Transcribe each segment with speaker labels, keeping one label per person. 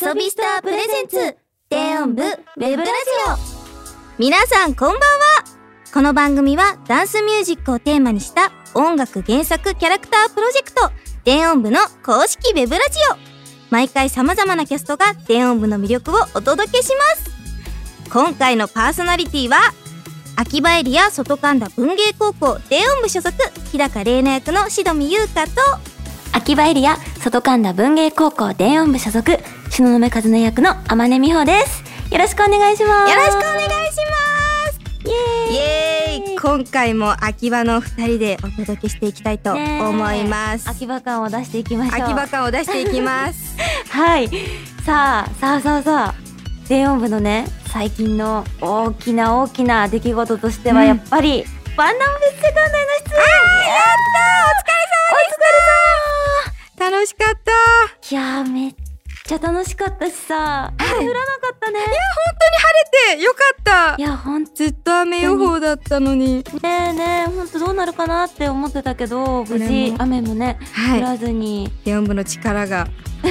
Speaker 1: 遊びスタープレゼンツ電音部ウェブラジオ皆さんこんばんはこの番組はダンスミュージックをテーマにした音楽原作キャラクタープロジェクト電音部の公式ウェブラジオ毎回様々なキャストが電音部の魅力をお届けします今回のパーソナリティは秋葉エリア外神田文芸高校電音部所属日高玲奈役のしどみゆうかと
Speaker 2: 秋葉エリア外神田文芸高校電音部所属篠宮和音役の天音美穂ですよろしくお願いします
Speaker 1: よろしくお願いします
Speaker 2: イエーイ
Speaker 1: イエーイ今回も秋葉のお二人でお届けしていきたいと
Speaker 2: ねえ
Speaker 1: 思います、
Speaker 2: 秋葉感を出していきましょう
Speaker 1: 秋葉感を出していきます
Speaker 2: はいさあさあさあさあ電音部のね最近の大きな大きな出来事としては
Speaker 1: うん
Speaker 2: やっぱり、バンダムフェスセカンダイの出演やった
Speaker 1: 楽しかった
Speaker 2: お疲れ様いやーめっちゃ楽しかったしさ雨降らなかったね
Speaker 1: 晴れてよかった
Speaker 2: いやほんと
Speaker 1: ずっと雨予報だったのに
Speaker 2: ねえねえほんとどうなるかなって思ってたけど無
Speaker 1: 俺
Speaker 2: 事
Speaker 1: も
Speaker 2: 雨もね
Speaker 1: は
Speaker 2: 降
Speaker 1: い
Speaker 2: らずに、
Speaker 1: 電音部の力が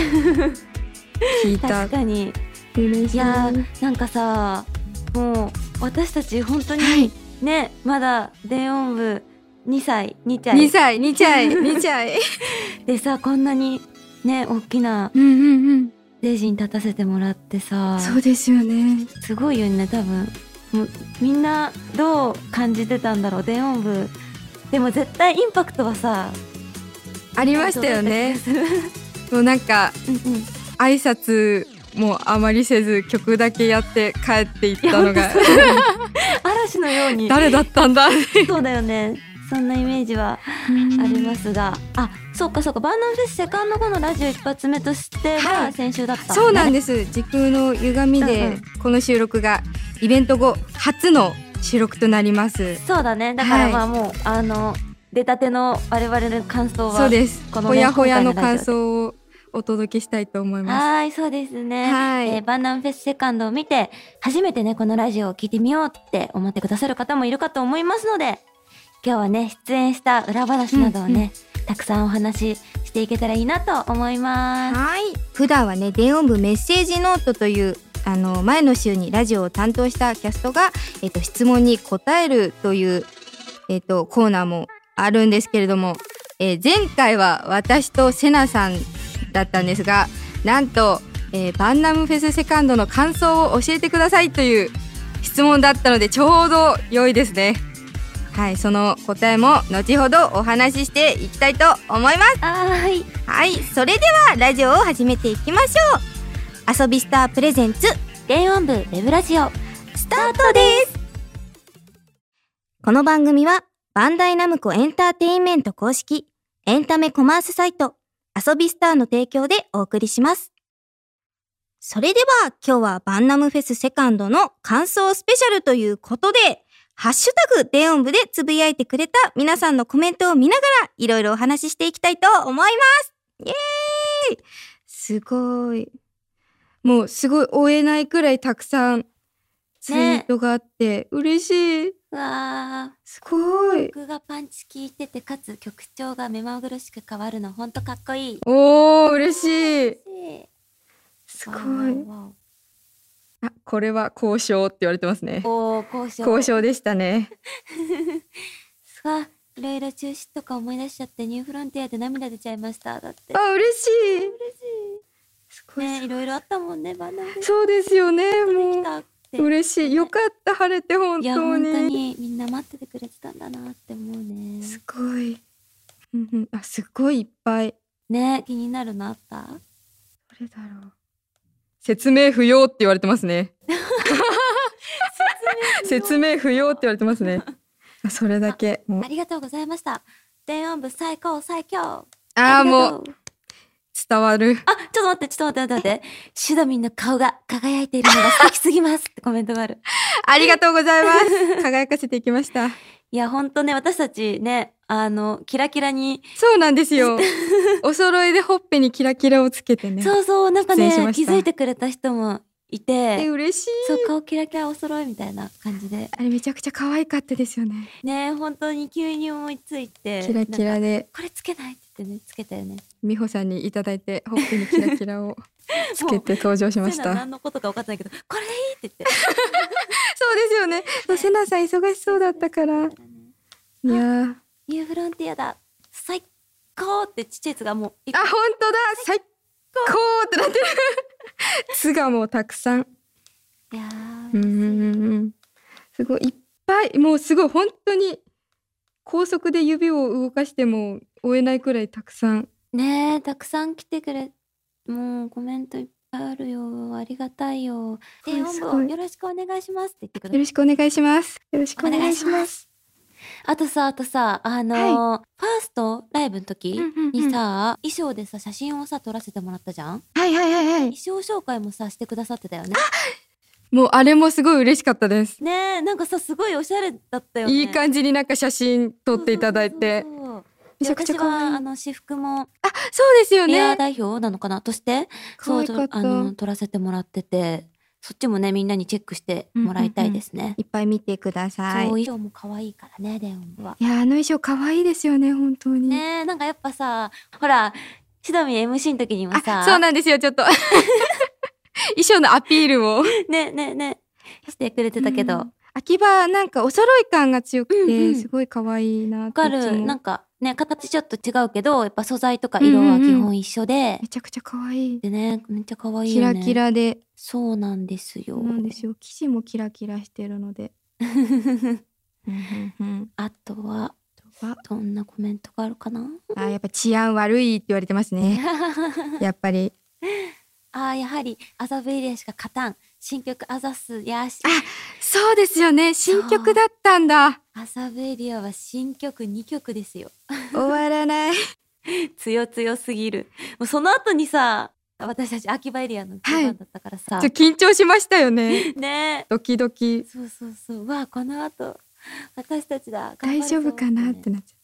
Speaker 1: 聞いた
Speaker 2: 確かに
Speaker 1: 嬉し
Speaker 2: いやーなんかさもう私たち本当に、ねまだ電音部2歳2歳
Speaker 1: 2歳2歳2歳
Speaker 2: でさこんなにね大きな
Speaker 1: うんうんうん
Speaker 2: ステージに立たせてもらってさ
Speaker 1: そうですよね
Speaker 2: すごいよね多分もうみんなどう感じてたんだろう電音部でも絶対インパクトはさ
Speaker 1: ありましたよねもうなんか
Speaker 2: うんうん
Speaker 1: 挨拶もあまりせず曲だけやって帰っていっ
Speaker 2: いや
Speaker 1: たのが
Speaker 2: 本当そうだね 嵐のように
Speaker 1: 誰だったんだあ
Speaker 2: そうだよねそんなイメージはありますが、あ、そうかそうか、バンナムフェスセカンド後のラジオ一発目として
Speaker 1: は
Speaker 2: はい先週だった、
Speaker 1: そうなん
Speaker 2: で
Speaker 1: です時空の歪み
Speaker 2: うんう
Speaker 1: で
Speaker 2: ん
Speaker 1: この収録がイベント後初の収録となります
Speaker 2: す。そうだね。だから
Speaker 1: はい
Speaker 2: まあもう、あの出たての我々の感想は、
Speaker 1: そうです
Speaker 2: この
Speaker 1: ほ
Speaker 2: ね
Speaker 1: やほやの
Speaker 2: 今回
Speaker 1: 感
Speaker 2: ラジオ
Speaker 1: 想をお届けしたいと思います
Speaker 2: はーい、そうですね。
Speaker 1: はい
Speaker 2: えーバンナムフェスセカンドを見て、初めてね、このラジオを聞いてみようって思ってくださる方もいるかと思いますので、今日はね、出演した裏話などをね、たくさんお話ししていけたらいいなと思います。
Speaker 1: はい普段はね電音部メッセージノートというあの前の週にラジオを担当したキャストが、えっと質問に答えるという、えっとコーナーもあるんですけれども、えー前回は私とセナさんだったんですがなんと、えーバンナムフェスセカンドの感想を教えてくださいという質問だったのでちょうど良いですね。はい、その答えも後ほどお話ししていきたいと思います。
Speaker 2: はーい。
Speaker 1: はい、それではラジオを始めていきましょう。遊びスタープレゼンツ
Speaker 2: 電音部ウェブラジオ、
Speaker 1: スタートです。この番組はバンダイナムコエンターテインメント公式エンタメコマースサイト遊びスターの提供でお送りします。それでは今日はバンナムフェスセカンドの感想スペシャルということで、ハッシュタグ電音部でつぶやいてくれた皆さんのコメントを見ながらいろいろお話ししていきたいと思います。イエーイすごい。もうすごい追えないくらいたくさんツイートがあって、嬉しい。
Speaker 2: うわー。
Speaker 1: すごい。
Speaker 2: 曲がパンチ効いててかつ曲調が目まぐるしく変わるのほんとかっこいい
Speaker 1: おー、嬉しい。す
Speaker 2: す
Speaker 1: ごい。あ、これは交渉って言われてますね。
Speaker 2: おお交渉
Speaker 1: 交渉でしたね。
Speaker 2: すごいいろいろ中止とか思い出しちゃってニューフロンティアで涙出ちゃいましただって
Speaker 1: あ、嬉しい。嬉しい。すごい。
Speaker 2: ねいろいろあったもんねバナナでき
Speaker 1: そうですよね、もう。
Speaker 2: たって
Speaker 1: 嬉しい。よかった、晴れて本
Speaker 2: いや本当
Speaker 1: 当に。
Speaker 2: にみんな待っててくれてたんだなって思うね
Speaker 1: すごい。うんうんあ、すごいいっぱい。
Speaker 2: ね気になるのあった
Speaker 1: どれだろう。説明不要って言われてますね。説明不要って言われてます ね。あそれだけ。もう
Speaker 2: ありがとうございました電音部最高最強
Speaker 1: ああ、
Speaker 2: りが
Speaker 1: も
Speaker 2: と
Speaker 1: う伝わる。
Speaker 2: あ、ちょっと待って、ちょっと待って、待って、待って。シュドミンの顔が輝いているのが素敵すぎますってコメントがある。
Speaker 1: ありがとうござい ます。輝かせていきました。
Speaker 2: いや、ほんとね、私たちね、あの、キラキラに、
Speaker 1: そうなんです よ。お揃いでほっぺにキラキラをつけてね。
Speaker 2: そうそう、なんかね
Speaker 1: 失礼しま、
Speaker 2: 気
Speaker 1: した
Speaker 2: づいてくれた人もい
Speaker 1: え
Speaker 2: て、
Speaker 1: 嬉しい。
Speaker 2: そう、顔キラキラお揃いみたいな感じで。
Speaker 1: あれめちゃくちゃ可愛かったですよね。
Speaker 2: ね、本当に急に思いついて。
Speaker 1: キラキ
Speaker 2: なんか
Speaker 1: ラで
Speaker 2: これつけないって言ってね、つけたよね。
Speaker 1: 美穂さんにいただいてほっぺにキラキラを。つけ て登場しまし
Speaker 2: セナ
Speaker 1: た。
Speaker 2: 何のことか分かってないけど、これでいいって言って。
Speaker 1: そうですよね。セナさん忙しそうだったから。いやー
Speaker 2: ニューフロンティアだ。最高ってちっちゃいやつがもう一個
Speaker 1: あ、本当だ最高ってなってる。 つがもうたくさん。
Speaker 2: いや
Speaker 1: うんう
Speaker 2: ー
Speaker 1: んうん。すごい、いっぱい。もうすごい、本当に、高速で指を動かしても追えないくらいたくさん。
Speaker 2: ねえ、たくさん来てくれ。もうコメントいっぱいあるよ。ありがたいよ。で、
Speaker 1: はい
Speaker 2: 本
Speaker 1: す
Speaker 2: 部
Speaker 1: ご
Speaker 2: を
Speaker 1: い
Speaker 2: よろしくお願いしますって言ってく
Speaker 1: よ
Speaker 2: れ
Speaker 1: ろ
Speaker 2: る。
Speaker 1: しくお願いします。よろしくお願いし
Speaker 2: お願
Speaker 1: ま。
Speaker 2: いしますあとさ、あとさ、あのーファーストライブの時
Speaker 1: うんうんうん
Speaker 2: にさ、衣装でさ、写真をさ、撮らせてもらったじゃん
Speaker 1: はいはいはいはい。
Speaker 2: 衣装紹介もさ、してくださってたよね。
Speaker 1: もうあれもすごい嬉しかったです。
Speaker 2: ねえ、なんかさ、すごいおしゃれだったよね。
Speaker 1: いい感じになんか写真撮っていただいて
Speaker 2: そう。そうそうそう。
Speaker 1: めちゃくちゃ
Speaker 2: で
Speaker 1: 可
Speaker 2: 私は
Speaker 1: 愛
Speaker 2: あ
Speaker 1: い。
Speaker 2: の私服も
Speaker 1: そうですよ
Speaker 2: ペア
Speaker 1: ね。
Speaker 2: 代表なのかなとして
Speaker 1: 可愛かっ
Speaker 2: そう
Speaker 1: た
Speaker 2: あ。の撮らせてもらっててそっちもねみんなにチェックしてもらいたいですね。
Speaker 3: いっぱい見てください
Speaker 2: そう。衣装も可愛いからねレオンは。
Speaker 1: いや、あの衣装可愛いですよね、本当に。
Speaker 2: ねえなんかやっぱさほらシドミ MC の時にもさ
Speaker 1: あ、そうなんですよ、 ちょっと。衣装のアピールを。
Speaker 2: ねねねしてくれてたけ
Speaker 1: う
Speaker 2: ど
Speaker 1: ん。秋葉、なんかお揃い感が強くて、
Speaker 2: うんうん
Speaker 1: すごい可愛いなっ
Speaker 2: わ
Speaker 1: て
Speaker 2: か
Speaker 1: いつ
Speaker 2: る
Speaker 1: も
Speaker 2: なんかね形ちょっと違うけどやっぱ素材とか色は基本一緒で
Speaker 1: め。ちゃくちゃ可愛い。
Speaker 2: でねめっちゃ可愛い
Speaker 1: キ
Speaker 2: よ
Speaker 1: ラ
Speaker 2: ね。
Speaker 1: キラで、
Speaker 2: そうなんですよ。
Speaker 1: なんですよ。生地もキラキラしてるので。うんうんうん
Speaker 2: あとは
Speaker 1: あとは
Speaker 2: どんなコメントがあるかな
Speaker 1: あ、やっぱ治安悪いって言われてますね。やっぱり。
Speaker 2: ああ、やはり、アザブイリアしか勝たん。新曲アザスやし、
Speaker 1: そうですよね。新曲だったんだ。
Speaker 2: アザブイリアは新曲2曲ですよ。
Speaker 1: 終わらない。
Speaker 2: 強強すぎる。もうその後にさ、私たち秋葉エリアの1番だったからさ、
Speaker 1: ちょ緊張しましたよ ね。
Speaker 2: ね
Speaker 1: ドキドキ。
Speaker 2: そうそうそう、うわあ、この後、私たちだ。頑張る
Speaker 1: 大
Speaker 2: ぞ
Speaker 1: 丈夫かなって。なっちゃ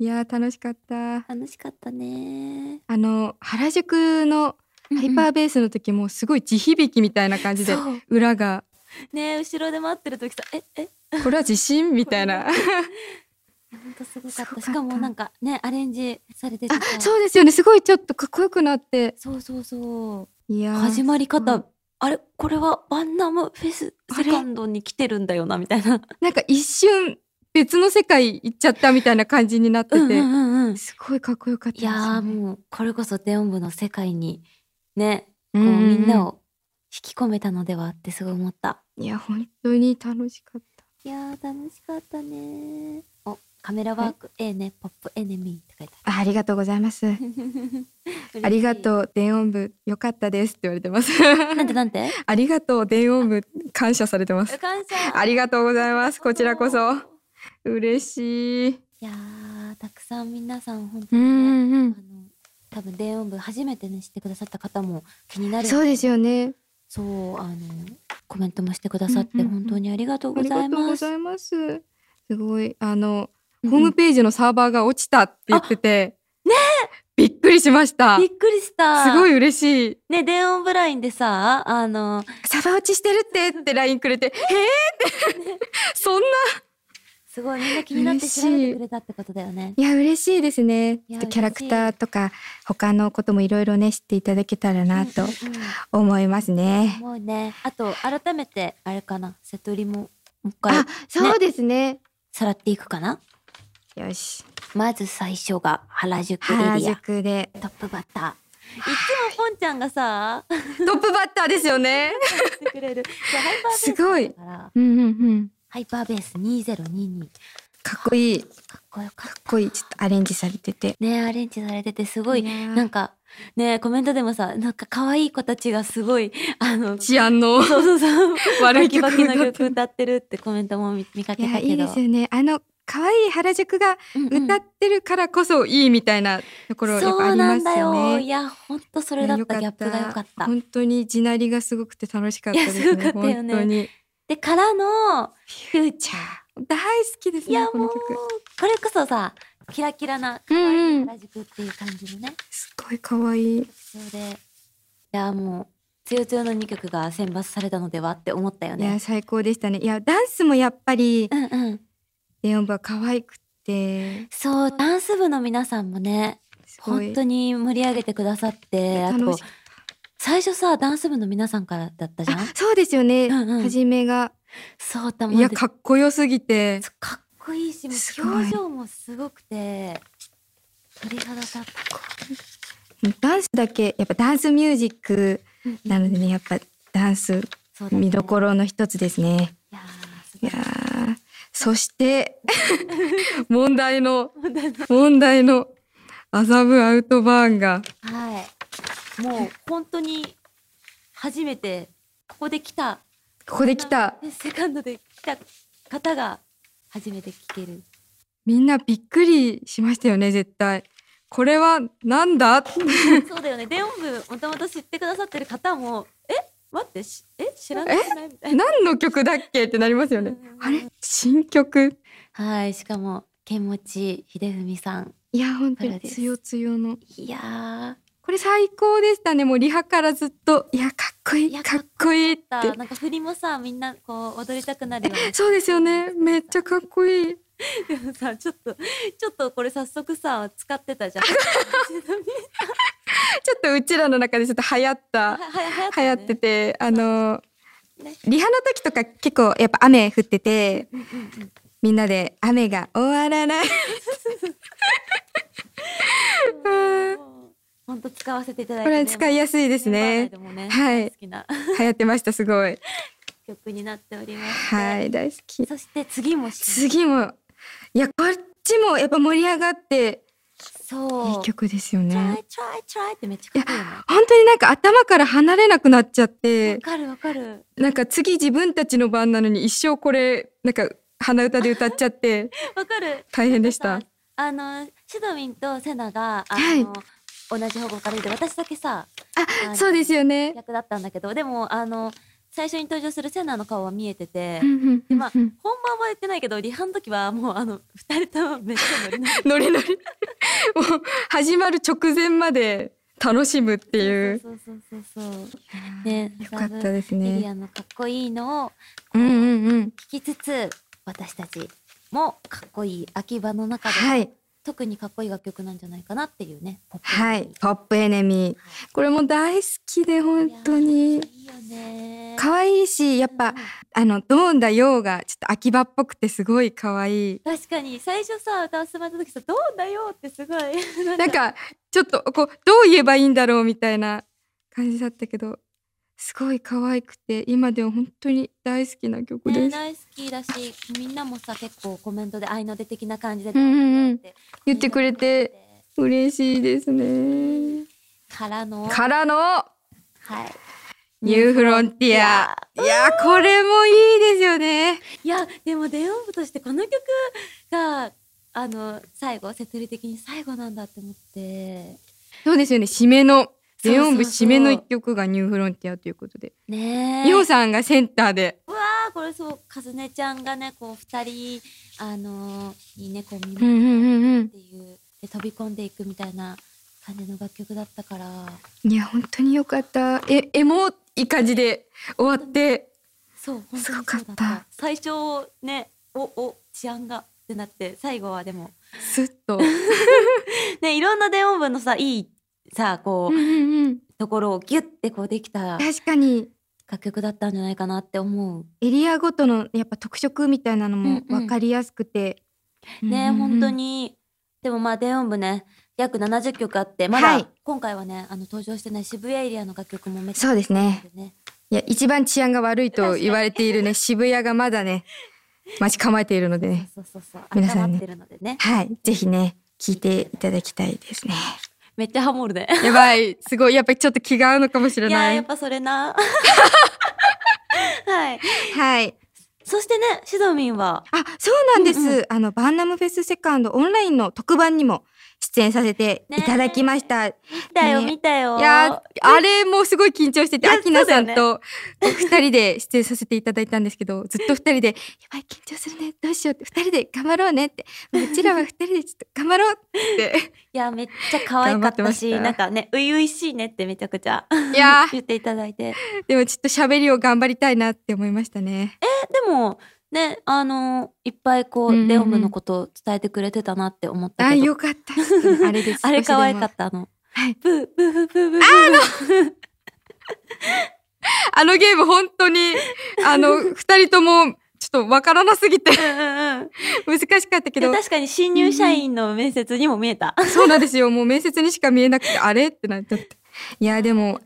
Speaker 1: う。いやー楽しかった。
Speaker 2: 楽しかったね。
Speaker 1: あの原宿のハイパーベースの時もすごい地響きみたいな感じで、
Speaker 2: そう
Speaker 1: 裏が
Speaker 2: ね後ろで待ってる時さ、え、え、
Speaker 1: これは地震みたい な。
Speaker 2: ほんとすごか
Speaker 1: すごか
Speaker 2: った。
Speaker 1: った
Speaker 2: しかもなんかね、アレンジされててさ
Speaker 1: あそうですよね。すごいちょっとかっこよくなって。
Speaker 2: そうそうそう。
Speaker 1: いやー
Speaker 2: 始まり方、
Speaker 1: うん
Speaker 2: あれこれはバンナムフェス
Speaker 1: あ
Speaker 2: セ
Speaker 1: れ
Speaker 2: カンドに来てるんだよなみたいな。
Speaker 1: なんか一瞬別の世界行っちゃったみたいな感じになってて、
Speaker 2: ん うん、い
Speaker 1: すごいかっこよかったですよね、
Speaker 2: やーもうこれこそデオン部の世界にね
Speaker 1: う
Speaker 2: こうみんな
Speaker 1: を
Speaker 2: を引き込めたのではってすごい思った。
Speaker 1: いや本当に楽しかった。
Speaker 2: いやー楽しかったねおカメラワークええねポップエネミーって書いて
Speaker 1: あありがとうございます。
Speaker 2: ある。
Speaker 1: ありが
Speaker 2: う。
Speaker 1: とう電音部よかったですって言われてます。
Speaker 2: なんてなんて
Speaker 1: ありがとう電音部感謝されてます。
Speaker 2: 感謝
Speaker 1: ありがとうござい
Speaker 2: が
Speaker 1: ます。こちらこそ嬉しい。
Speaker 2: いやーたくさん皆さん本当
Speaker 1: う
Speaker 2: にね、
Speaker 1: んう
Speaker 2: あ。の多分電音部初めてねしてくださった方も気になる
Speaker 1: そうですよね。
Speaker 2: そうあのコメントもしてくださっ
Speaker 1: うんう
Speaker 2: て
Speaker 1: んうん
Speaker 2: 本当にありがとう
Speaker 1: あ
Speaker 2: ご
Speaker 1: り
Speaker 2: ざ
Speaker 1: が
Speaker 2: い
Speaker 1: とうご
Speaker 2: ます。
Speaker 1: ざいます。すごいあの
Speaker 2: うん
Speaker 1: ホームページのサーバーが落ちたって言ってて、ねびっくりしました。
Speaker 2: び
Speaker 1: す
Speaker 2: っくりした。
Speaker 1: ごい嬉しい。
Speaker 2: ね電音ブラインでさあの
Speaker 1: サーバー落ちしてるってってラインくれて、へえってそんな。
Speaker 2: すごいみんな気になって
Speaker 1: 嬉しい
Speaker 2: 調べてくれたってことだよね。
Speaker 1: いや嬉しいですね。ち
Speaker 2: いや
Speaker 1: ょっとキャラクターとか他のこともいろいろね知っていただけたらなと
Speaker 2: うん
Speaker 1: 思います
Speaker 2: うん
Speaker 1: ね。
Speaker 2: もうねあと改めてあれかな瀬戸りももう一回
Speaker 1: あ、そうですね。
Speaker 2: さらっていくかな。
Speaker 1: よし。
Speaker 2: まず最初が原宿エ
Speaker 1: 原
Speaker 2: リア
Speaker 1: 宿で
Speaker 2: トップバッター。いつもポンちゃんがさ
Speaker 1: トップバッターですよね。
Speaker 2: してく れる。いやハイパーベース
Speaker 1: すごい
Speaker 2: だから
Speaker 1: うんうんうん。
Speaker 2: ハイパーベース2022
Speaker 1: かっこいい。
Speaker 2: かっこよ
Speaker 1: か
Speaker 2: かった
Speaker 1: っ。こいい。ちょっとアレンジされてて。
Speaker 2: ねアレンジされててすごい、
Speaker 1: いやー
Speaker 2: なんかねコメントでもさなんか可愛い子たちがすごいあのそう
Speaker 1: 治安の
Speaker 2: そう そう
Speaker 1: 悪
Speaker 2: バ
Speaker 1: い
Speaker 2: キ
Speaker 1: 曲
Speaker 2: バキの
Speaker 1: だっ
Speaker 2: 曲
Speaker 1: た。い
Speaker 2: 歌ってるってコメントも見見かけ
Speaker 1: や
Speaker 2: たけど
Speaker 1: いいですよね。あの可愛い原宿が
Speaker 2: うんうん
Speaker 1: 歌ってるからこそいいみたいなところやっぱあります
Speaker 2: そうなんだ
Speaker 1: よ
Speaker 2: よい
Speaker 1: ね。
Speaker 2: やほんとそれだっ
Speaker 1: いや
Speaker 2: たギャップが良かった
Speaker 1: 本当に地鳴りがすごくて楽しかったです
Speaker 2: いやす
Speaker 1: ね。
Speaker 2: ごかったよ
Speaker 1: 本
Speaker 2: ね
Speaker 1: 当に。
Speaker 2: でからのフューチ
Speaker 1: じゃあ大好きです
Speaker 2: ャーいや
Speaker 1: ねこ
Speaker 2: も
Speaker 1: の
Speaker 2: う
Speaker 1: 曲
Speaker 2: これこそさキラキラな可
Speaker 1: うん
Speaker 2: 愛
Speaker 1: う
Speaker 2: い
Speaker 1: ん
Speaker 2: 原宿っていう感じのね
Speaker 1: すごい可愛い
Speaker 2: 曲調でいやもうつよつよの2曲が選抜されたのではって思ったよ
Speaker 1: いや
Speaker 2: ね
Speaker 1: 最高でしたねいやダンスもやっぱり
Speaker 2: うんうん
Speaker 1: レオン部は可愛くて
Speaker 2: そうダンス部の皆さんもね
Speaker 1: すごい
Speaker 2: 本当に盛り上げてくださってあ
Speaker 1: 楽
Speaker 2: と
Speaker 1: しかっ
Speaker 2: 最初さダンス部の皆さんからだったじゃん
Speaker 1: あそうですよね、
Speaker 2: うんうん
Speaker 1: 初めが
Speaker 2: そうだもん
Speaker 1: いやかっこよすぎて
Speaker 2: そうかっこいいしもう
Speaker 1: すごい
Speaker 2: 表情もすごくて鳥肌立った
Speaker 1: ダンスだけやっぱダンスミュージックなのでねやっぱダンス
Speaker 2: そうだね
Speaker 1: 見どころの一つですね
Speaker 2: いやーす
Speaker 1: い
Speaker 2: ごい
Speaker 1: やーそして 問題の
Speaker 2: そうだね
Speaker 1: 問題の麻布アウトバーンが
Speaker 2: はいもう本当に初めてここで来た
Speaker 1: ここで来た
Speaker 2: でセカンドで来た方が初めて聞ける
Speaker 1: みんなびっくりしましたよね絶対これはなんだ
Speaker 2: そうだよね電音部もともと知ってくださってる方もえ待ってしえ知らない知らないみたいな
Speaker 1: 何の曲だっけってなりますよねあれ新曲
Speaker 2: はいしかも剣持秀文さん
Speaker 1: いや本当
Speaker 2: から
Speaker 1: に
Speaker 2: です
Speaker 1: つよつよの
Speaker 2: いや
Speaker 1: これ最高でしたねもうリハからずっといやかっこい
Speaker 2: い
Speaker 1: い
Speaker 2: や
Speaker 1: かっこいいっ
Speaker 2: ーだ
Speaker 1: て
Speaker 2: なんか振りもさみんなこう踊りたくなるよね
Speaker 1: そうですよねめっちゃかっこいい
Speaker 2: でもさちょっとちょっとこれ早速さ使ってたじゃんちなみに
Speaker 1: ちょっとうちらの中でちょっと流行った
Speaker 2: ははや
Speaker 1: 流行っててあの
Speaker 2: ね
Speaker 1: リハの時とか結構やっぱ雨降ってて
Speaker 2: うんうんうん
Speaker 1: みんなで雨が終わらない
Speaker 2: 本当使わせていただい
Speaker 1: こ
Speaker 2: て、
Speaker 1: れは
Speaker 2: ね、
Speaker 1: 使いやすいで
Speaker 2: です
Speaker 1: ね
Speaker 2: でもね、
Speaker 1: はい
Speaker 2: 好きな
Speaker 1: 流行ってましたすごい
Speaker 2: 曲になっております。
Speaker 1: はい大好き
Speaker 2: そして次もし
Speaker 1: 次もいやこっちもやっぱ盛り上がって
Speaker 2: そう。
Speaker 1: いい曲ですよ
Speaker 2: try
Speaker 1: ね
Speaker 2: try try ってめっちゃかっこいいよね。
Speaker 1: 本当になんか頭から離れなくなっちゃっ
Speaker 2: わ
Speaker 1: て
Speaker 2: かるわかる。
Speaker 1: なんか次自分たちの番なのに一生これなんか鼻歌で歌っちゃって
Speaker 2: わかる。
Speaker 1: 大変で した
Speaker 2: なんかさ。あのシドミンとセナがあ
Speaker 1: はい
Speaker 2: の、同じ方向からいて私だけさ
Speaker 1: あそうですよね
Speaker 2: 役だったんだけどでもあの最初に登場するセナの顔は見えてて。
Speaker 1: うんうんうん
Speaker 2: まあ
Speaker 1: うん
Speaker 2: 本番はやってないけどリハの時はもうあの二人ともめっちゃ乗りながら
Speaker 1: ノリノリ もう始まる直前まで楽しむっていう
Speaker 2: そうそうそうそうそうね
Speaker 1: よかったです
Speaker 2: エリ
Speaker 1: ね
Speaker 2: アのかっこいいのを
Speaker 1: うんうんうん
Speaker 2: 聞きつつ私たちもかっこいい秋葉の中で、
Speaker 1: はい
Speaker 2: 特にかっこいい楽曲なんじゃないかなっていうねポップ
Speaker 1: はいポップエネミーこれも大好きで本当
Speaker 2: い
Speaker 1: に
Speaker 2: やいいよね
Speaker 1: 可愛いしやっ
Speaker 2: う
Speaker 1: ぱ
Speaker 2: ん
Speaker 1: あのドーンだようがちょっと秋葉っぽくてすごい可愛い
Speaker 2: 確かに最初さ歌わせてもらった時さ「どうだよ」ってすごい なん
Speaker 1: なんかちょっとこうどう言えばいいんだろうみたいな感じだったけどすごい可愛くて今では本当に大好きな曲
Speaker 2: ね
Speaker 1: です、
Speaker 2: 大好きだしみんなもさ結構コメントで愛の手的な感じで、
Speaker 1: うんうんうん
Speaker 2: て
Speaker 1: 言ってくれて嬉しいですね
Speaker 2: からの
Speaker 1: からの
Speaker 2: はい
Speaker 1: ニューフロンティアいやーこれもいいですよね
Speaker 2: いやでも電音部としてこの曲があの最後セトリ的に最後なんだって思って
Speaker 1: そうですよね締めの
Speaker 2: そうそうそう
Speaker 1: 全音部締めの一曲がニューフロンティアということで
Speaker 2: ねえ
Speaker 1: イオさんがセンターで
Speaker 2: うわーこれそうかずねちゃんがねこう二人あのーにねこう見
Speaker 1: うん
Speaker 2: 守っ
Speaker 1: うんうんうん
Speaker 2: ていう、で飛び込んでいくみたいな感じの楽曲だったから
Speaker 1: いや本当に良かったえエモい感じで終わって
Speaker 2: そう本当に
Speaker 1: す
Speaker 2: そうだ
Speaker 1: ご
Speaker 2: った
Speaker 1: かった
Speaker 2: 最初ねおお治安がってなって最後はでも
Speaker 1: スッと
Speaker 2: ねいろんな電音部のさいいさこう、ところをギュッてこうできた
Speaker 1: 確かに
Speaker 2: 楽曲だったんじゃないかなって思う
Speaker 1: エリアごとのやっぱ特色みたいなのも
Speaker 2: うんうん
Speaker 1: 分かりやすくて、
Speaker 2: ね、
Speaker 1: うんうんうん
Speaker 2: 本当にでもまあ電音部ね約70曲あってま
Speaker 1: は
Speaker 2: だ
Speaker 1: い
Speaker 2: 今回はねあの登場してない渋谷エリアの楽曲もめっちゃ
Speaker 1: そうですね
Speaker 2: あるね
Speaker 1: いや一番治安が悪いと言われてい るね渋谷がまだね待ち構えているのでね
Speaker 2: そうそうそう
Speaker 1: 皆さん
Speaker 2: 温ま
Speaker 1: ね
Speaker 2: ってるのでね
Speaker 1: はいぜひね聞いていただきたいですね
Speaker 2: めっちゃハモるね
Speaker 1: やばいすごいやっぱりちょっと気が合うのかもしれ
Speaker 2: いや
Speaker 1: な
Speaker 2: ー
Speaker 1: い
Speaker 2: やっぱそれな はい
Speaker 1: はい
Speaker 2: そしてねシドミンは
Speaker 1: あそうなんです、
Speaker 2: うんう
Speaker 1: あのバンナムフェスセカンドオンラインの特番にも出演させていただきました、
Speaker 2: 見たよ、
Speaker 1: ね
Speaker 2: 見たよ
Speaker 1: いやーあれもすごい緊張してて、
Speaker 2: いや
Speaker 1: アキナさん
Speaker 2: そ
Speaker 1: とお二人で出演させていただいたんですけど、ずっと二人で、やばい緊張するね、どうしようって、二人で頑張ろうねって、うちらは二人でちょっと頑張ろうって。
Speaker 2: いやめっちゃ可愛か
Speaker 1: 頑張
Speaker 2: ったし
Speaker 1: ってました
Speaker 2: なんかね初々しいねってめちゃくちゃ
Speaker 1: いやー
Speaker 2: 言っていただいて
Speaker 1: でもちょっと喋りを頑張りたいなって思いましたね。
Speaker 2: でもねあのいっぱいこ
Speaker 1: うんうんう
Speaker 2: うんレオムのことを伝えてくれてたなって思った
Speaker 1: あ、
Speaker 2: けど、
Speaker 1: よかった。あれです。
Speaker 2: あれ可愛か
Speaker 1: った
Speaker 2: ったあの、
Speaker 1: はい
Speaker 2: ブーブーブーブーブーブー
Speaker 1: あのゲーム本当に、あの、二人とも、ちょっとわからなすぎて
Speaker 2: うんうん
Speaker 1: 難しかったけ
Speaker 2: で
Speaker 1: ど
Speaker 2: も、確かに新入社員の面接にも見えた。
Speaker 1: そうなんですよ。もう面接にしか見えなくて、あれってなっちゃって。いや、で も、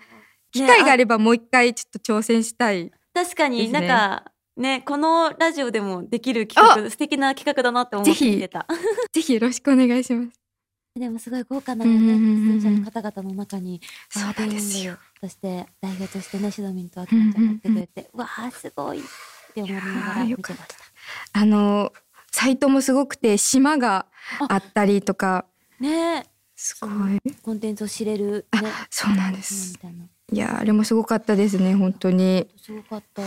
Speaker 1: 機会があ
Speaker 2: る。
Speaker 1: ればもう一回ちょっと挑戦したい。
Speaker 2: あ確か
Speaker 1: で
Speaker 2: に
Speaker 1: す
Speaker 2: な
Speaker 1: ね
Speaker 2: んか、ね、このラジオでもできる企画、素敵な企画だなって思って見てた。
Speaker 1: ぜひよろしくお願いします。
Speaker 2: でもすごい豪華なね、
Speaker 1: うんうんうんうん
Speaker 2: 出演者の方々の中に、
Speaker 1: そうなんですよ。
Speaker 2: そして代表としてね、シドミンとアキちゃんが来てくれて、うわー、すごいって思いながら
Speaker 1: いやー
Speaker 2: 見
Speaker 1: よ
Speaker 2: て
Speaker 1: か
Speaker 2: ま
Speaker 1: っ
Speaker 2: した
Speaker 1: あの、サイトもすごくて、島があったりとか、
Speaker 2: た。ね
Speaker 1: すごい。
Speaker 2: コンテンツを知れる、ね、
Speaker 1: そうなんで
Speaker 2: 今み
Speaker 1: す。
Speaker 2: たいな。
Speaker 1: いや、あれもすごかったですね、本当に。
Speaker 2: すごかった。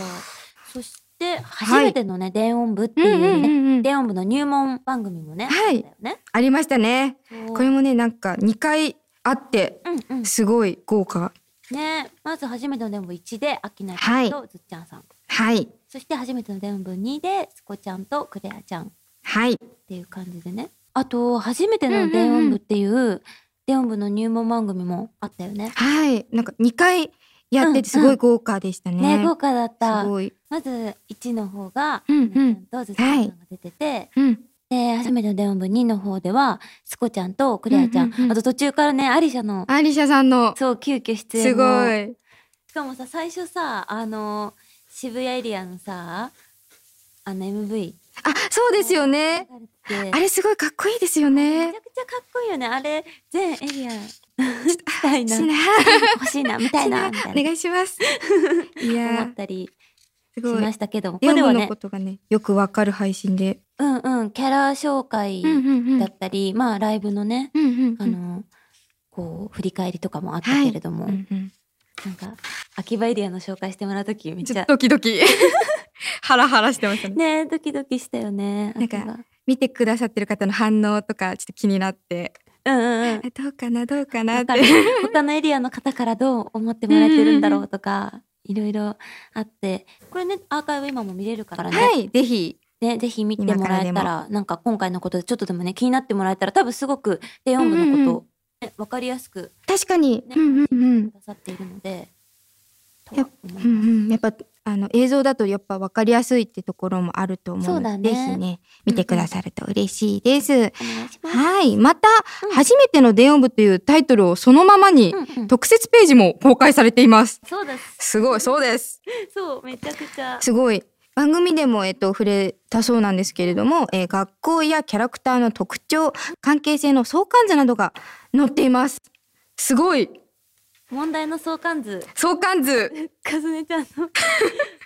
Speaker 2: そして、初めてのね、電音部って
Speaker 1: う
Speaker 2: い
Speaker 1: ん
Speaker 2: うね、
Speaker 1: うんうんうん。
Speaker 2: 電音部の入門番組もね、
Speaker 1: はい
Speaker 2: あったよね。
Speaker 1: ありましたね。
Speaker 2: そう
Speaker 1: これもね、なんか2回あって、
Speaker 2: うんうん、
Speaker 1: すごい豪華。
Speaker 2: ねまず初めての電音部1で、アキナち
Speaker 1: は
Speaker 2: ゃん
Speaker 1: い
Speaker 2: とずっちゃんさん。
Speaker 1: はい。
Speaker 2: そして初めての電音部2で、スコちゃんとクレアちゃん。
Speaker 1: はい。
Speaker 2: っていう感じでねあと初めての電音部っていう電音部の入門番組もあったよね。
Speaker 1: はい。なんか2回やって
Speaker 2: うん
Speaker 1: てすごい豪華でしたね。
Speaker 2: ね豪華だった
Speaker 1: すごい。
Speaker 2: まず1の方が、
Speaker 1: うんうん
Speaker 2: とずちゃんが出てて、
Speaker 1: うん。
Speaker 2: で初めての電音部2の方ではスコちゃんとクレアちゃん,、
Speaker 1: うんうんうん
Speaker 2: あと途中からねアリシャの
Speaker 1: アリシャさんの、
Speaker 2: そう急遽出演
Speaker 1: すご
Speaker 2: も
Speaker 1: い。
Speaker 2: しかもさ最初さあの渋谷エリアのさあの MV
Speaker 1: あ、そうですよね。
Speaker 2: 流れてて
Speaker 1: あれすごいかっこいいですよ
Speaker 2: め
Speaker 1: ね
Speaker 2: ちゃ。くちゃかっこいいよねあれ全エリアしたいな
Speaker 1: しな、
Speaker 2: 欲しいなみたいなみた
Speaker 1: お
Speaker 2: いな
Speaker 1: 願いし ます。い
Speaker 2: 思
Speaker 1: や
Speaker 2: っ
Speaker 1: ー、
Speaker 2: たり
Speaker 1: す
Speaker 2: し
Speaker 1: ご
Speaker 2: ま
Speaker 1: い。
Speaker 2: したけどもこ
Speaker 1: ヤ
Speaker 2: れでは
Speaker 1: ンの
Speaker 2: ね
Speaker 1: ことがね、よくわかる配信で。
Speaker 2: うんうんキャラ紹介
Speaker 1: ん
Speaker 2: だったり、まあライブのね、
Speaker 1: うんうん
Speaker 2: あのこう振り返りとかもあったけれども、
Speaker 1: うんうん
Speaker 2: なんか秋葉エリアの紹介してもらう時めっ
Speaker 1: ち
Speaker 2: ち
Speaker 1: ょっ
Speaker 2: ゃ
Speaker 1: とドキドキ。 ハラハラしてましたね。
Speaker 2: ねドキドキしたよね
Speaker 1: なんか
Speaker 2: 秋葉
Speaker 1: 見てくださってる方の反応とかちょっと気になって
Speaker 2: うんうんうん
Speaker 1: あどうかなどうかな
Speaker 2: わ
Speaker 1: っ
Speaker 2: か
Speaker 1: て
Speaker 2: る他のエリアの方からどう思ってもらってるんだろうとか、いろいろあってこれねアーカイブ今も見れるからね、
Speaker 1: はいぜひ
Speaker 2: ね、ぜひ見てもらえた、
Speaker 1: 今から
Speaker 2: なんか今回のことでちょっとでもね、気になってもらえたら、多分すごく低音部のことを、ね、わかりやすく
Speaker 1: 確かに、
Speaker 2: ね、
Speaker 1: うんうんう
Speaker 2: く
Speaker 1: ん
Speaker 2: ださっているので、と
Speaker 1: や
Speaker 2: は
Speaker 1: っ
Speaker 2: 思います
Speaker 1: うんうんやっぱあの映像だとやっぱ分かりやすいってところもあると思う
Speaker 2: そうだ
Speaker 1: ので
Speaker 2: ね
Speaker 1: ぜひね見てくださると嬉しいです、
Speaker 2: お願いします。
Speaker 1: はいまた、
Speaker 2: うん
Speaker 1: 初めての電音部というタイトルをそのままに、
Speaker 2: うんうん
Speaker 1: 特設ページも公開されています
Speaker 2: そうです。
Speaker 1: すごいそうです
Speaker 2: そう、めちゃくちゃ。
Speaker 1: すごい番組でも、えっと、触れたそうなんですけれども、えー学校やキャラクターの特徴関係性の相関図などが載っていますすごい
Speaker 2: 問題の相関図、
Speaker 1: 相関図
Speaker 2: かずねちゃんの、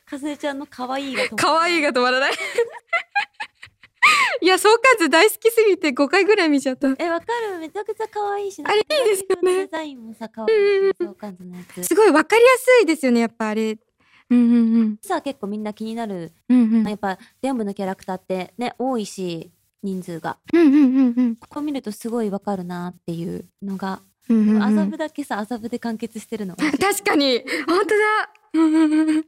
Speaker 2: かずねちゃんの可愛いがと思う
Speaker 1: 可愛いが止まらないいや相関図大好きすぎて5回ぐらい見ちゃった
Speaker 2: え、わかるめちゃくちゃ可愛いし、
Speaker 1: あれいいですよね
Speaker 2: デザインもさ、可愛いし、相関図のやつ。
Speaker 1: すごいわかりやすいですよねやっぱあれうんうんうん
Speaker 2: さあ結構みんな気になる
Speaker 1: うんうん
Speaker 2: やっぱ全部のキャラクターってね多いし人数が
Speaker 1: うんうんうんうん
Speaker 2: ここ見るとすごいわかるなっていうのが
Speaker 1: うんうんう
Speaker 2: 麻
Speaker 1: ん
Speaker 2: 布だけさ麻布で完結してる の
Speaker 1: 確かに本当だうんうんうんうん
Speaker 2: い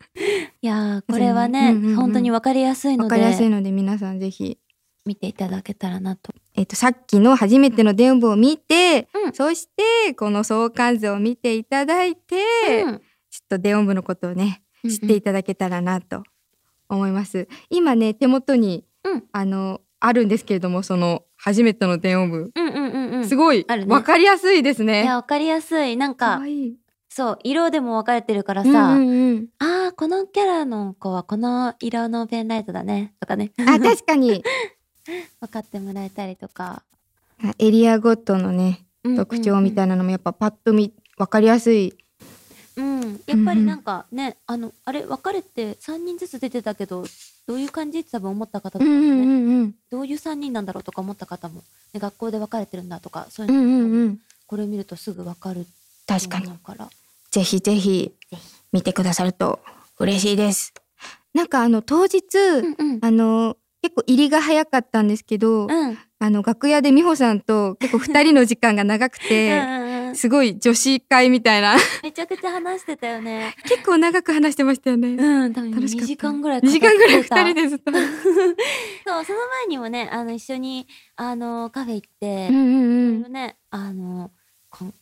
Speaker 2: やーこれはね、
Speaker 1: うんうんうん
Speaker 2: 本当にわかりやすい
Speaker 1: わ
Speaker 2: の
Speaker 1: かりやすい
Speaker 2: で
Speaker 1: ので皆さんぜひ
Speaker 2: 見ていただけたらなと
Speaker 1: えっと、さっきの初めての電話を見て、
Speaker 2: うん
Speaker 1: そしてこの相関図を見ていただいて、
Speaker 2: うん
Speaker 1: ちょっと電音部のことをね知っていただけたらなと思います、今ね手元に、
Speaker 2: うん
Speaker 1: あのあるんですけれどもその初めての電音部、
Speaker 2: うんうんうんうん
Speaker 1: すごい
Speaker 2: あるね
Speaker 1: わ、かりやすいです
Speaker 2: いや
Speaker 1: ね
Speaker 2: わかりやすいなん
Speaker 1: か
Speaker 2: か
Speaker 1: わいい
Speaker 2: そう色でも分かれてるから
Speaker 1: うん
Speaker 2: さ、
Speaker 1: うんうん
Speaker 2: あーこのキャラの子はこの色のペンライトだねと かね
Speaker 1: あ確か に
Speaker 2: 分かってもらえたりとか
Speaker 1: あエリアごとのね特徴み
Speaker 2: い
Speaker 1: たいなのもやっぱパッと見わかりやすい
Speaker 2: うん、やっぱりなんかね、あのあれ分かれて3人ずつ出てたけどどういう感じって多分思った方とかもね、
Speaker 1: んうん
Speaker 2: どういう3人なんだろうとか思った方も、ね、学校で分かれてるんだとかそういう
Speaker 1: う
Speaker 2: の、
Speaker 1: んうんうん
Speaker 2: これを見るとすぐ分かる
Speaker 1: 確かに
Speaker 2: と思うから
Speaker 1: ぜひぜひ見てくださると嬉しいです。なんかあの当日、
Speaker 2: うんうん
Speaker 1: あの結構入りが早かったんですけど、
Speaker 2: うんうん
Speaker 1: あの楽屋で美穂さんと結構二人の時間が長く て、
Speaker 2: うんうん
Speaker 1: すごい女子会みたい な
Speaker 2: めちゃくちゃ話してたよね
Speaker 1: 結構長く話してましたよね。
Speaker 2: うん多分
Speaker 1: 楽しか
Speaker 2: 2
Speaker 1: った
Speaker 2: 時間ぐらい
Speaker 1: 2時間ぐらい
Speaker 2: かか
Speaker 1: 二
Speaker 2: って
Speaker 1: 人で
Speaker 2: た
Speaker 1: ずっと。う
Speaker 2: そうその前にもねあの一緒にあのカフェ行って、
Speaker 1: んうんう
Speaker 2: いろい
Speaker 1: ん
Speaker 2: ろねあのこん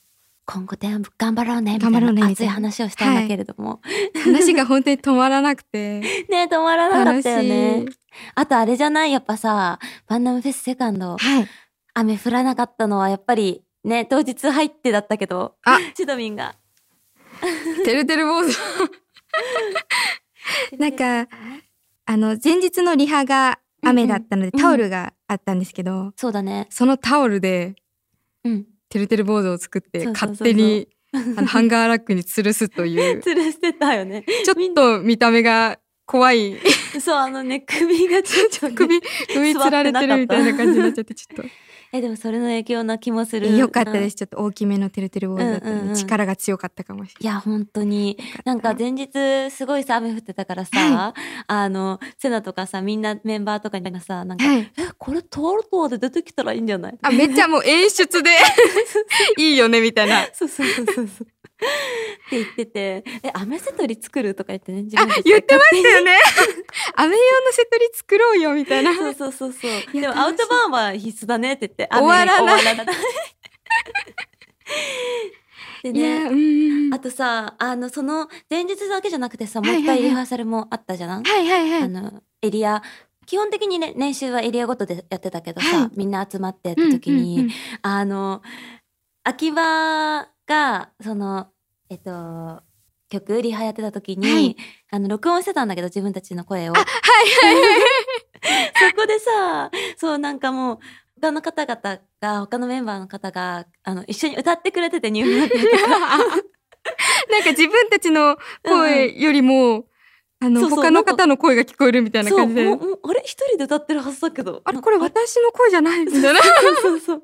Speaker 2: 今後で頑張ろうねみた
Speaker 1: 頑張
Speaker 2: い
Speaker 1: ろうね
Speaker 2: な
Speaker 1: み
Speaker 2: 熱
Speaker 1: たい
Speaker 2: い
Speaker 1: な
Speaker 2: 話をしたんだけれども、
Speaker 1: 話が本当に止まらなく て
Speaker 2: ね止まらなか
Speaker 1: 楽
Speaker 2: っ
Speaker 1: した
Speaker 2: よね
Speaker 1: い。
Speaker 2: あとあれじゃないやっぱさバンナムフェスセカンド
Speaker 3: はい。
Speaker 2: 雨降らなかったのはやっぱりね当日入ってだったけど
Speaker 1: あ
Speaker 2: シドミンが
Speaker 1: てるてる坊主 なんかあの前日のリハが雨だったので
Speaker 2: うんうん
Speaker 1: タオルがあったんですけど、
Speaker 2: そうだね
Speaker 1: そのタオルで
Speaker 2: うん
Speaker 1: てるてる坊主を作って
Speaker 2: そうそうそう
Speaker 1: 勝
Speaker 2: そう
Speaker 1: 手にあのハンガーラックに吊るすと いう
Speaker 2: 吊るしてたよね
Speaker 1: ちょっと見た目が怖 い
Speaker 2: そうあのね首がちょっと、ね、
Speaker 1: 首首吊られてるみたいな感じになっちゃってちょっ
Speaker 2: えでもそれの影響な気も
Speaker 1: と
Speaker 2: する
Speaker 1: よかったですすちょっと大きめのてるてる坊主だったので、
Speaker 2: うんうんうん
Speaker 1: 力が強かったかもしれ
Speaker 2: いや本当に
Speaker 1: ない
Speaker 2: なんか前日すごいさ雨降ってたからさ、あのセナとかさみんなメンバーとかにさなんか、
Speaker 1: はい
Speaker 2: えこれトールトーで出てきたらいいんじゃない
Speaker 1: あめっちゃもう演出 でいいよねみたいな
Speaker 2: そうそうそうそうそう。って言ってて、え、アメセトリ作るとか言ってね、自分たちで
Speaker 1: 言ってましたよね 雨用のセトリ作ろうよみたいな
Speaker 2: そうそうそうそう。
Speaker 1: いや
Speaker 2: でもアウ
Speaker 1: 楽しい
Speaker 2: トバーンは必須だねって言って、
Speaker 1: 終わらない
Speaker 2: 雨終わらない。で
Speaker 1: いや
Speaker 2: ね、
Speaker 1: うん
Speaker 2: あとさ、あの、その前日だけじゃなくてさ、もう
Speaker 1: はい
Speaker 2: 一
Speaker 1: はいはい
Speaker 2: 回リハーサルもあったじゃない、
Speaker 1: はいはいはい
Speaker 2: あの、エリア、基本的にね、練習はエリアごとでやってたけどさ、
Speaker 1: はい
Speaker 2: みんな集まってやった時
Speaker 1: うん
Speaker 2: に、
Speaker 1: うんうん
Speaker 2: あの、秋葉が、その、えっと、曲、リハやってた時に、
Speaker 1: はい
Speaker 2: あの、録音してたんだけど、自分たちの声を。はいはいはい。 そこでさ、そう、なんかもう、他の方々が、他のメンバーの方が、あの、一緒に歌ってくれてて、入 学の時
Speaker 1: なんか自分たちの声よりも、あの
Speaker 2: そうそう
Speaker 1: 他の方の声が聞こえるみたいな
Speaker 2: そう、
Speaker 1: 感じで
Speaker 2: もう、もうあれ一人で歌ってるはずだけど。
Speaker 1: あれこれ私の声じゃないみたいな
Speaker 2: そうそうそう。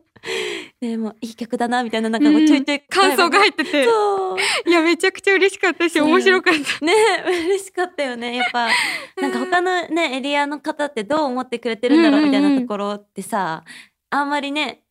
Speaker 2: でも、いい曲だな、みたいな、なんかもうちょいちょい。
Speaker 1: 感想が入ってて
Speaker 2: そう。
Speaker 1: いやめちゃくちゃ嬉しかったし
Speaker 2: うん
Speaker 1: 面白かった、
Speaker 2: ね嬉しかったよねやっぱなんか他のねエリアの方ってどう思ってくれてるんだろうみたい
Speaker 1: うんうんう
Speaker 2: なんところってさ、あんまりね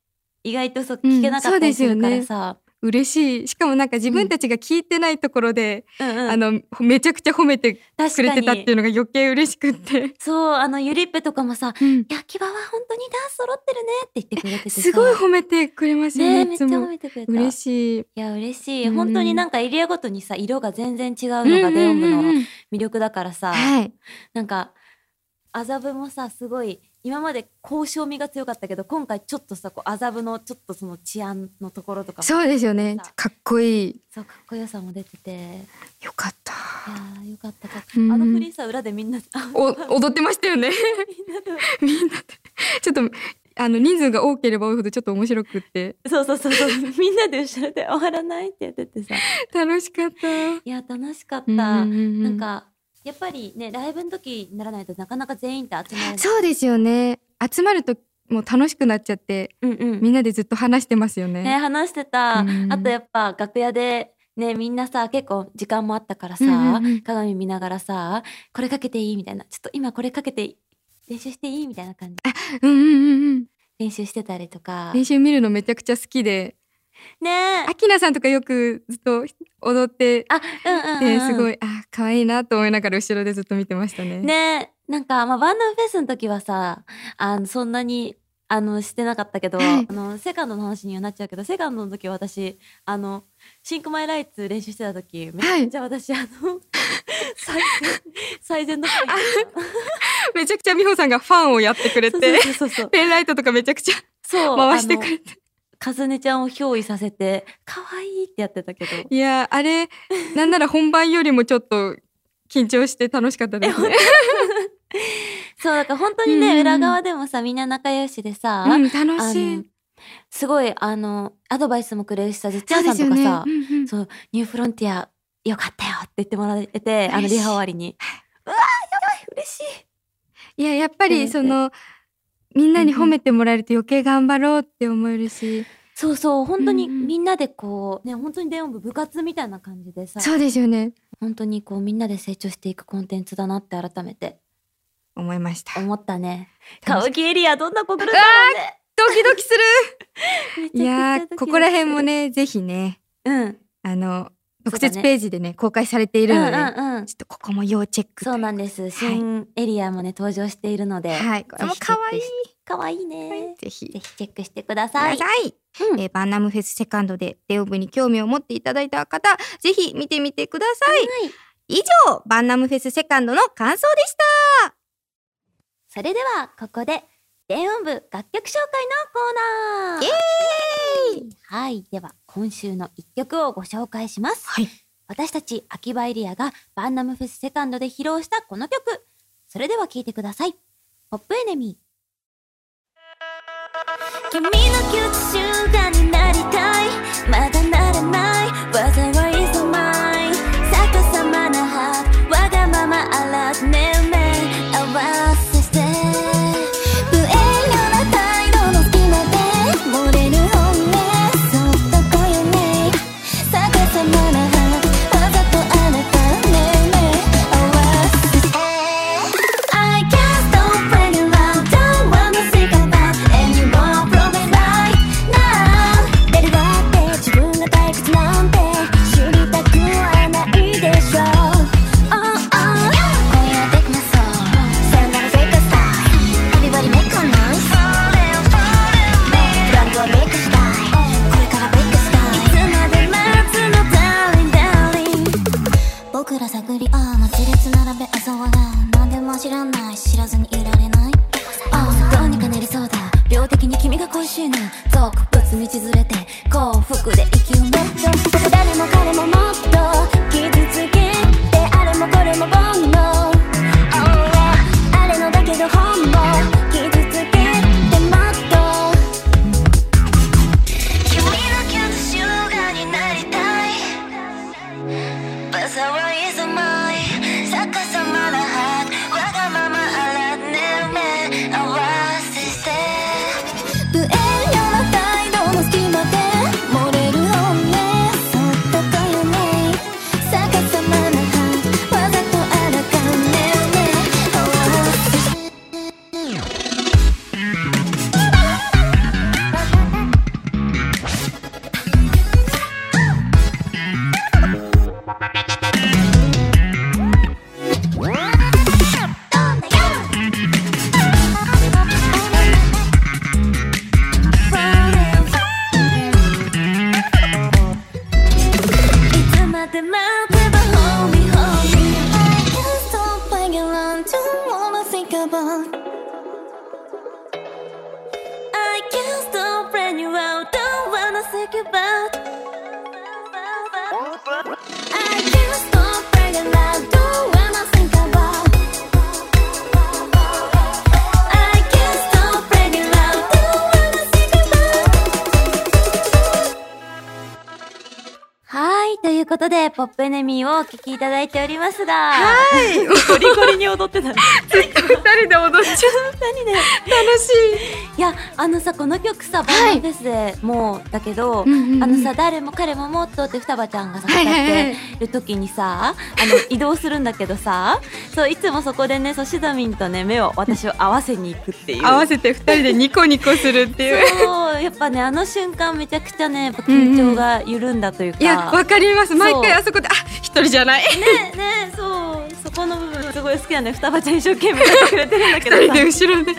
Speaker 2: 意外とそう
Speaker 1: うん
Speaker 2: 聞けなかったりするか
Speaker 1: そう
Speaker 2: ら
Speaker 1: です
Speaker 2: さ、
Speaker 1: 嬉しいしかもなんか自分たちが聞いてないところで、
Speaker 2: うんうん
Speaker 1: あのめちゃくちゃ褒めて
Speaker 2: 確
Speaker 1: くれ
Speaker 2: か
Speaker 1: て
Speaker 2: に
Speaker 1: たっていうのが余計嬉しくって、
Speaker 2: そうあのゆりっぺとかもさ
Speaker 1: うん
Speaker 2: 「いやきばは本当にダンス揃ってるね」って言ってくれててさ
Speaker 1: すごい褒めてくれましたね
Speaker 2: ねめ
Speaker 1: い
Speaker 2: っち
Speaker 1: つ
Speaker 2: ゃ
Speaker 1: も
Speaker 2: 褒めてくれた
Speaker 1: 嬉しい
Speaker 2: いや嬉し
Speaker 1: う
Speaker 2: い
Speaker 1: ん
Speaker 2: 本当になんかエリアごとにさ色が全然違うのがデオム
Speaker 1: うんうんう
Speaker 2: の
Speaker 1: ん
Speaker 2: 魅力だからさ、
Speaker 1: はい
Speaker 2: なんか麻布もさすごい今まで交渉味が強かったけど今回ちょっとさこう麻布のちょっとその治安のところとかも
Speaker 1: そうですよねかっこいい
Speaker 2: そうかっこよさも出ててい や
Speaker 1: よかった
Speaker 2: ーよかったかった
Speaker 1: うん
Speaker 2: あのフリーさ裏で みんなあ
Speaker 1: お踊ってましたよね
Speaker 2: みんなで
Speaker 1: みんなでちょっとあの人数が多ければ多いほどちょっと面白くって
Speaker 2: そうそうそうそうみんなで後ろで終わらないって言っててさ
Speaker 1: 楽しかった
Speaker 2: いや楽しかった、な
Speaker 1: なん
Speaker 2: かやっぱりねライブの時にならないとなかなか全員って集まれない
Speaker 1: そうですよね集まるともう楽しくなっちゃって
Speaker 2: うんうん
Speaker 1: みんなでずっと話してますよね
Speaker 2: ね話してた、
Speaker 1: うん
Speaker 2: あとやっぱ楽屋でねみんなさ結構時間もあったからさ、
Speaker 1: うんうんうん
Speaker 2: 鏡見ながらさこれかけていいみたいなちょっと今これかけて練習していいみたいな感じで
Speaker 1: うんうんうんうん
Speaker 2: 練習してたりとか
Speaker 1: 練習見るのめちゃくちゃ好きで
Speaker 2: ねえ
Speaker 1: あきなさんとかよくずっと踊って
Speaker 2: あうんうん、う
Speaker 1: て
Speaker 2: ん、
Speaker 1: すごいあ可愛いなと思いながら後ろでずっと見てましたね
Speaker 2: ねえなんか、まあ、バンダムフェスの時はさあのそんなにあのしてなかったけど、
Speaker 1: はい
Speaker 2: あのセカンドの話にはなっちゃうけどセカンドの時は私あの「シンクマイライツ」練習してた時めっちゃ私、あの 最善最善のポイント
Speaker 1: めちゃくちゃ美穂さんがファンをやってくれ
Speaker 2: そう
Speaker 1: て
Speaker 2: そうそうそう
Speaker 1: ペンライトとかめちゃくちゃ
Speaker 2: そ う
Speaker 1: 回してくれて
Speaker 2: かずねちゃんを憑依させて可愛いってやってたけど
Speaker 1: いやーあれなんなら本番よりもちょっと緊張して楽しかったですね。
Speaker 2: そうだから本当に
Speaker 1: うんうん
Speaker 2: ね
Speaker 1: うん
Speaker 2: 裏側でもさみんな仲良しでさ、
Speaker 1: うん、
Speaker 2: あ
Speaker 1: 楽し
Speaker 2: の
Speaker 1: い。
Speaker 2: すごいあのアドバイスもくれるしさ実
Speaker 1: そう
Speaker 2: は
Speaker 1: で
Speaker 2: さ
Speaker 1: すよ
Speaker 2: んとか
Speaker 1: ね。
Speaker 2: さ、
Speaker 1: うんうん
Speaker 2: そうニューフロンティアよかったよって言ってもらえてあの
Speaker 1: 嬉しい
Speaker 2: リハ終わりにうわーやばい嬉しい
Speaker 1: いややっぱりそのみんなに褒めてもらえると余計頑張ろうって思えるし、
Speaker 2: そうそう本当に
Speaker 1: うんうん
Speaker 2: みんなでこう、ね本当に電音部部活みたいな感じでさ
Speaker 1: そうですよね。
Speaker 2: 本当にこうみんなで成長していくコンテンツだなって改めて
Speaker 1: 思いました。
Speaker 2: 思ったね
Speaker 1: 楽
Speaker 2: 歌
Speaker 1: し
Speaker 2: 舞伎エリアどんな子来るんだろうね
Speaker 1: ドキドキす
Speaker 2: めちゃく
Speaker 1: る。い
Speaker 2: ち
Speaker 1: や
Speaker 2: ゃド
Speaker 1: ー
Speaker 2: キドキする
Speaker 1: ここら辺も。ねぜひね
Speaker 2: うん。うん
Speaker 1: あの
Speaker 2: そ
Speaker 1: 特
Speaker 2: うだね
Speaker 1: 設ページでね公開されている
Speaker 2: う
Speaker 1: ので、
Speaker 2: んうん
Speaker 1: ちょ。っとここも要チェックとい
Speaker 2: そうなんです。新エリアもね、登場しているので。
Speaker 1: はいこれも
Speaker 2: ぜひチェッ
Speaker 1: 可愛い
Speaker 2: クし可愛いね。
Speaker 1: ぜひ
Speaker 2: ぜひチェックしてくだ
Speaker 3: は
Speaker 2: さい。
Speaker 3: い。
Speaker 2: うん
Speaker 3: えーバンナムフェスセカンドでレオブに興味を持っていただいた方、ぜひ見てみてください。
Speaker 2: はい
Speaker 3: 以上、バンナムフェスセカンドの感想でした。
Speaker 2: それではここで電音部楽曲紹介のコーナーイエーイはいでは今週の一曲をご紹介します、
Speaker 3: はい
Speaker 2: 私たち秋葉エリアがバンナムフェスセカンドで披露したこの曲それでは聴いてくださいポップエネミー君のキュート瞬間になりたいまだならない Whatever is mine 逆さまなハートわがままあらずねえねえ合わせて不遠慮な態度の隙間で漏れる本音そっとこよね逆さまなハートわざとあなたねえねえ合わせて I can't stop playing around don't wanna think about any more problems right now 出るわって自分が退屈なんて知りたくはないでしょ Oh, oh 今夜はできなそうさよならフェイクスタイル Everybody make a noise Falling, falling, baby ブランドはメイクしたいこれからベイクスタイルいつまで待つの Darling, darling 僕ら探りああ待ち列並べ朝笑う何でも知らない知らずにいられないああどうにかなりそうだ量的に君が恋しいな俗物道連れて幸福で息を持って誰も彼ももっと傷つけてあれもこれも煩悩 Oh yeah あれのだけど本望傷つけてもっと君のキャンシュガーになりたい Bazaar is mine 逆さまなハートわがままあらねめ合わせして不遠慮な態度の隙間で漏れる本音そっとかよね逆さまなハートわざとあらかねね合わせていつまで待てば Hold me, hold me I can't stop playing around Don't wanna think about I can't stop playing around Don't wanna think about I can't stop playing around Don't wanna think about I can't stop playing around Don't wanna think about はい。ということで、ポップエネミーをお聴きいただいておりますが、
Speaker 1: はい
Speaker 2: ゴリゴリに踊ってた。
Speaker 1: 二人で踊っちゃう
Speaker 2: 何で
Speaker 1: 楽しい
Speaker 2: いや、あのさ、この曲さ、バンドフェスでもう、だけど、
Speaker 1: んうんうん
Speaker 2: あのさ、誰も彼ももっとって双葉ちゃんがさ、歌
Speaker 1: は
Speaker 2: っ
Speaker 1: いはいはい
Speaker 2: てる時にさ、あの、移動するんだけどさ、そう、いつもそこでね、そう、シダミンとね、目を、私を合わせに行くっていう。
Speaker 1: 合わせて二人でニコニコするっていう
Speaker 2: そう、やっぱね、あの瞬間めちゃくちゃね、やっぱ緊張が緩んだというか。
Speaker 1: いやわかります毎
Speaker 2: そう
Speaker 1: 回あそこであ一人じゃない
Speaker 2: ねねそうそこの部分すごい好きなんで双葉ちゃん一生懸命やってくれてるんだけ
Speaker 1: 一
Speaker 2: どさ
Speaker 1: 人 で後ろでい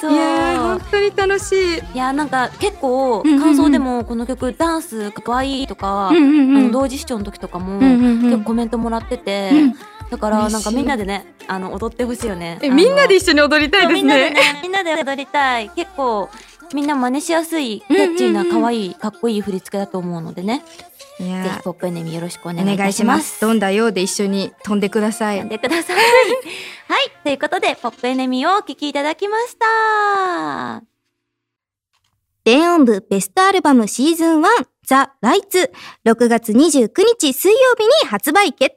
Speaker 2: そうい
Speaker 1: やー
Speaker 2: や
Speaker 1: 本当に楽しい
Speaker 2: なんか結構
Speaker 1: うんうんうん
Speaker 2: 感想でもこの曲ダンスかわいいとか、
Speaker 1: うんうんうん
Speaker 2: あの同時視聴の時とかも、
Speaker 1: んうんうん
Speaker 2: 結構コメントもらってて、
Speaker 1: うん
Speaker 2: だからなん
Speaker 1: 嬉し
Speaker 2: か
Speaker 1: い
Speaker 2: みんなでねあの踊ってほしいよね
Speaker 1: えみんなで
Speaker 2: 一
Speaker 1: 一緒に踊りたいです
Speaker 2: みんなで
Speaker 1: ね
Speaker 2: ねみんなで踊りたい結構みんな真似しやすいキャッチーな
Speaker 1: うんうんうん
Speaker 2: 可愛いかっこいい振り付けだと思うのでね、
Speaker 1: い
Speaker 2: ぜひポップエネミーよろしくお
Speaker 1: お
Speaker 2: 願いい
Speaker 1: 願
Speaker 2: た
Speaker 1: い
Speaker 2: し
Speaker 1: し
Speaker 2: ま
Speaker 1: ますすどんだようで一緒に飛んでくださ
Speaker 2: 読ん
Speaker 1: い
Speaker 2: でください。はい。ということで、ポップエネミーをお聞きいただきました。
Speaker 3: 電音部ベストアルバムシーズン1ザ・ライツ6月29日水曜日に発売決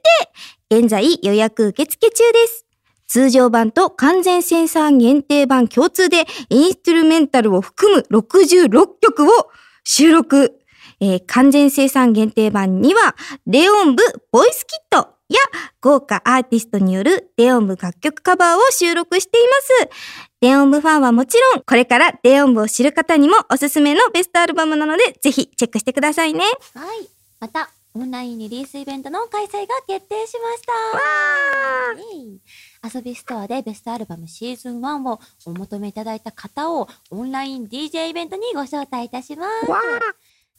Speaker 3: 定現在予約受付中です通常版と完全生産限定版共通でインストゥルメンタルを含む66曲を収録、えー完全生産限定版にはレオン部ボイスキットや豪華アーティストによるレオン部楽曲カバーを収録していますデオン部ファンはもちろん、これからデオン部を知る方にもおすすめのベストアルバムなので、ぜひチェックしてくださいね。
Speaker 2: はい。また、オンラインリリースイベントの開催が決定しました。
Speaker 3: ー
Speaker 2: 遊びストアでベストアルバムシーズン1をお求めいただいた方をオンライン DJ イベントにご招待いたします。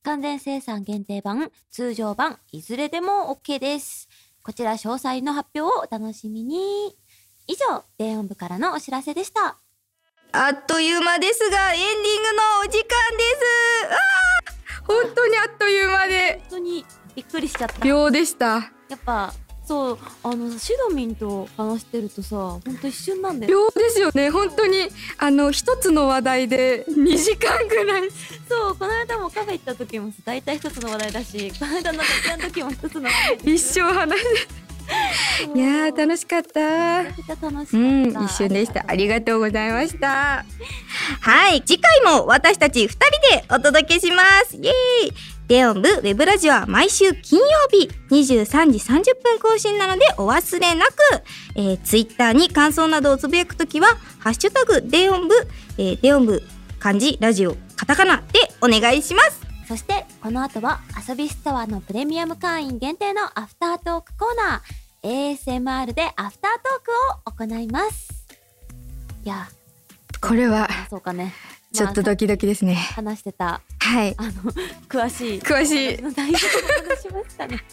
Speaker 2: 完全生産限定版、通常版、いずれでも OK です。こちら詳細の発表をお楽しみに。以上、電音部からのお知らせでした。
Speaker 1: あっという間ですがエンディングのお時間ですあー本当にあっという間で
Speaker 2: 本当にびっくりしちゃった。や
Speaker 1: 秒でした
Speaker 2: っぱ、そう、あの、シドミンと話してるとさ、ほんと一瞬なんだよ。
Speaker 1: 秒ですよね本当にあの一つの話題で2時間ぐらい
Speaker 2: そう、この間もカフェ行った時もさ、大体一つの話題だし、この間の楽屋の時も一つの話題だし
Speaker 1: 一生話しいやー楽しかっ
Speaker 2: め
Speaker 1: た
Speaker 2: ちゃくちゃ楽しかった。
Speaker 1: うん一瞬でしたありがとうございました
Speaker 3: はい、次回も私たち2人でお届けします。イエーイデオン部ウェブラジオは毎週金曜日23時30分更新なのでお忘れなく、えー、ツイッターに感想などをつぶやくときは「ハッシュタグデオン部」えー、デオン部漢字ラジオカタカナでお願いします。
Speaker 2: そしてこの後は遊びストアのプレミアム会員限定のアフタートークコーナー ASMR でアフタートークを行いますいや
Speaker 1: これは
Speaker 2: そうかね
Speaker 1: ちょっと
Speaker 2: まあ
Speaker 1: ドキドキですね
Speaker 2: 話してた
Speaker 1: はい
Speaker 2: あの詳しい
Speaker 1: 詳しい
Speaker 2: 私の内容を話しましたね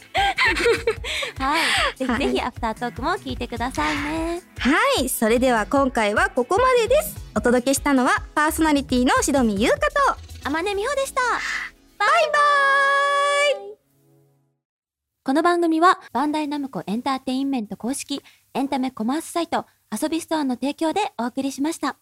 Speaker 2: はいぜひぜひアフタートークも聞いてくださいね
Speaker 3: はい、それでは今回はここまでです。お届けしたのはパーソナリティのしどみゆうかと
Speaker 2: 天音美穂でした
Speaker 3: バイバーイ
Speaker 2: この番組はバンダイナムコエンターテインメント公式エンタメコマースサイト遊びストアの提供でお送りしました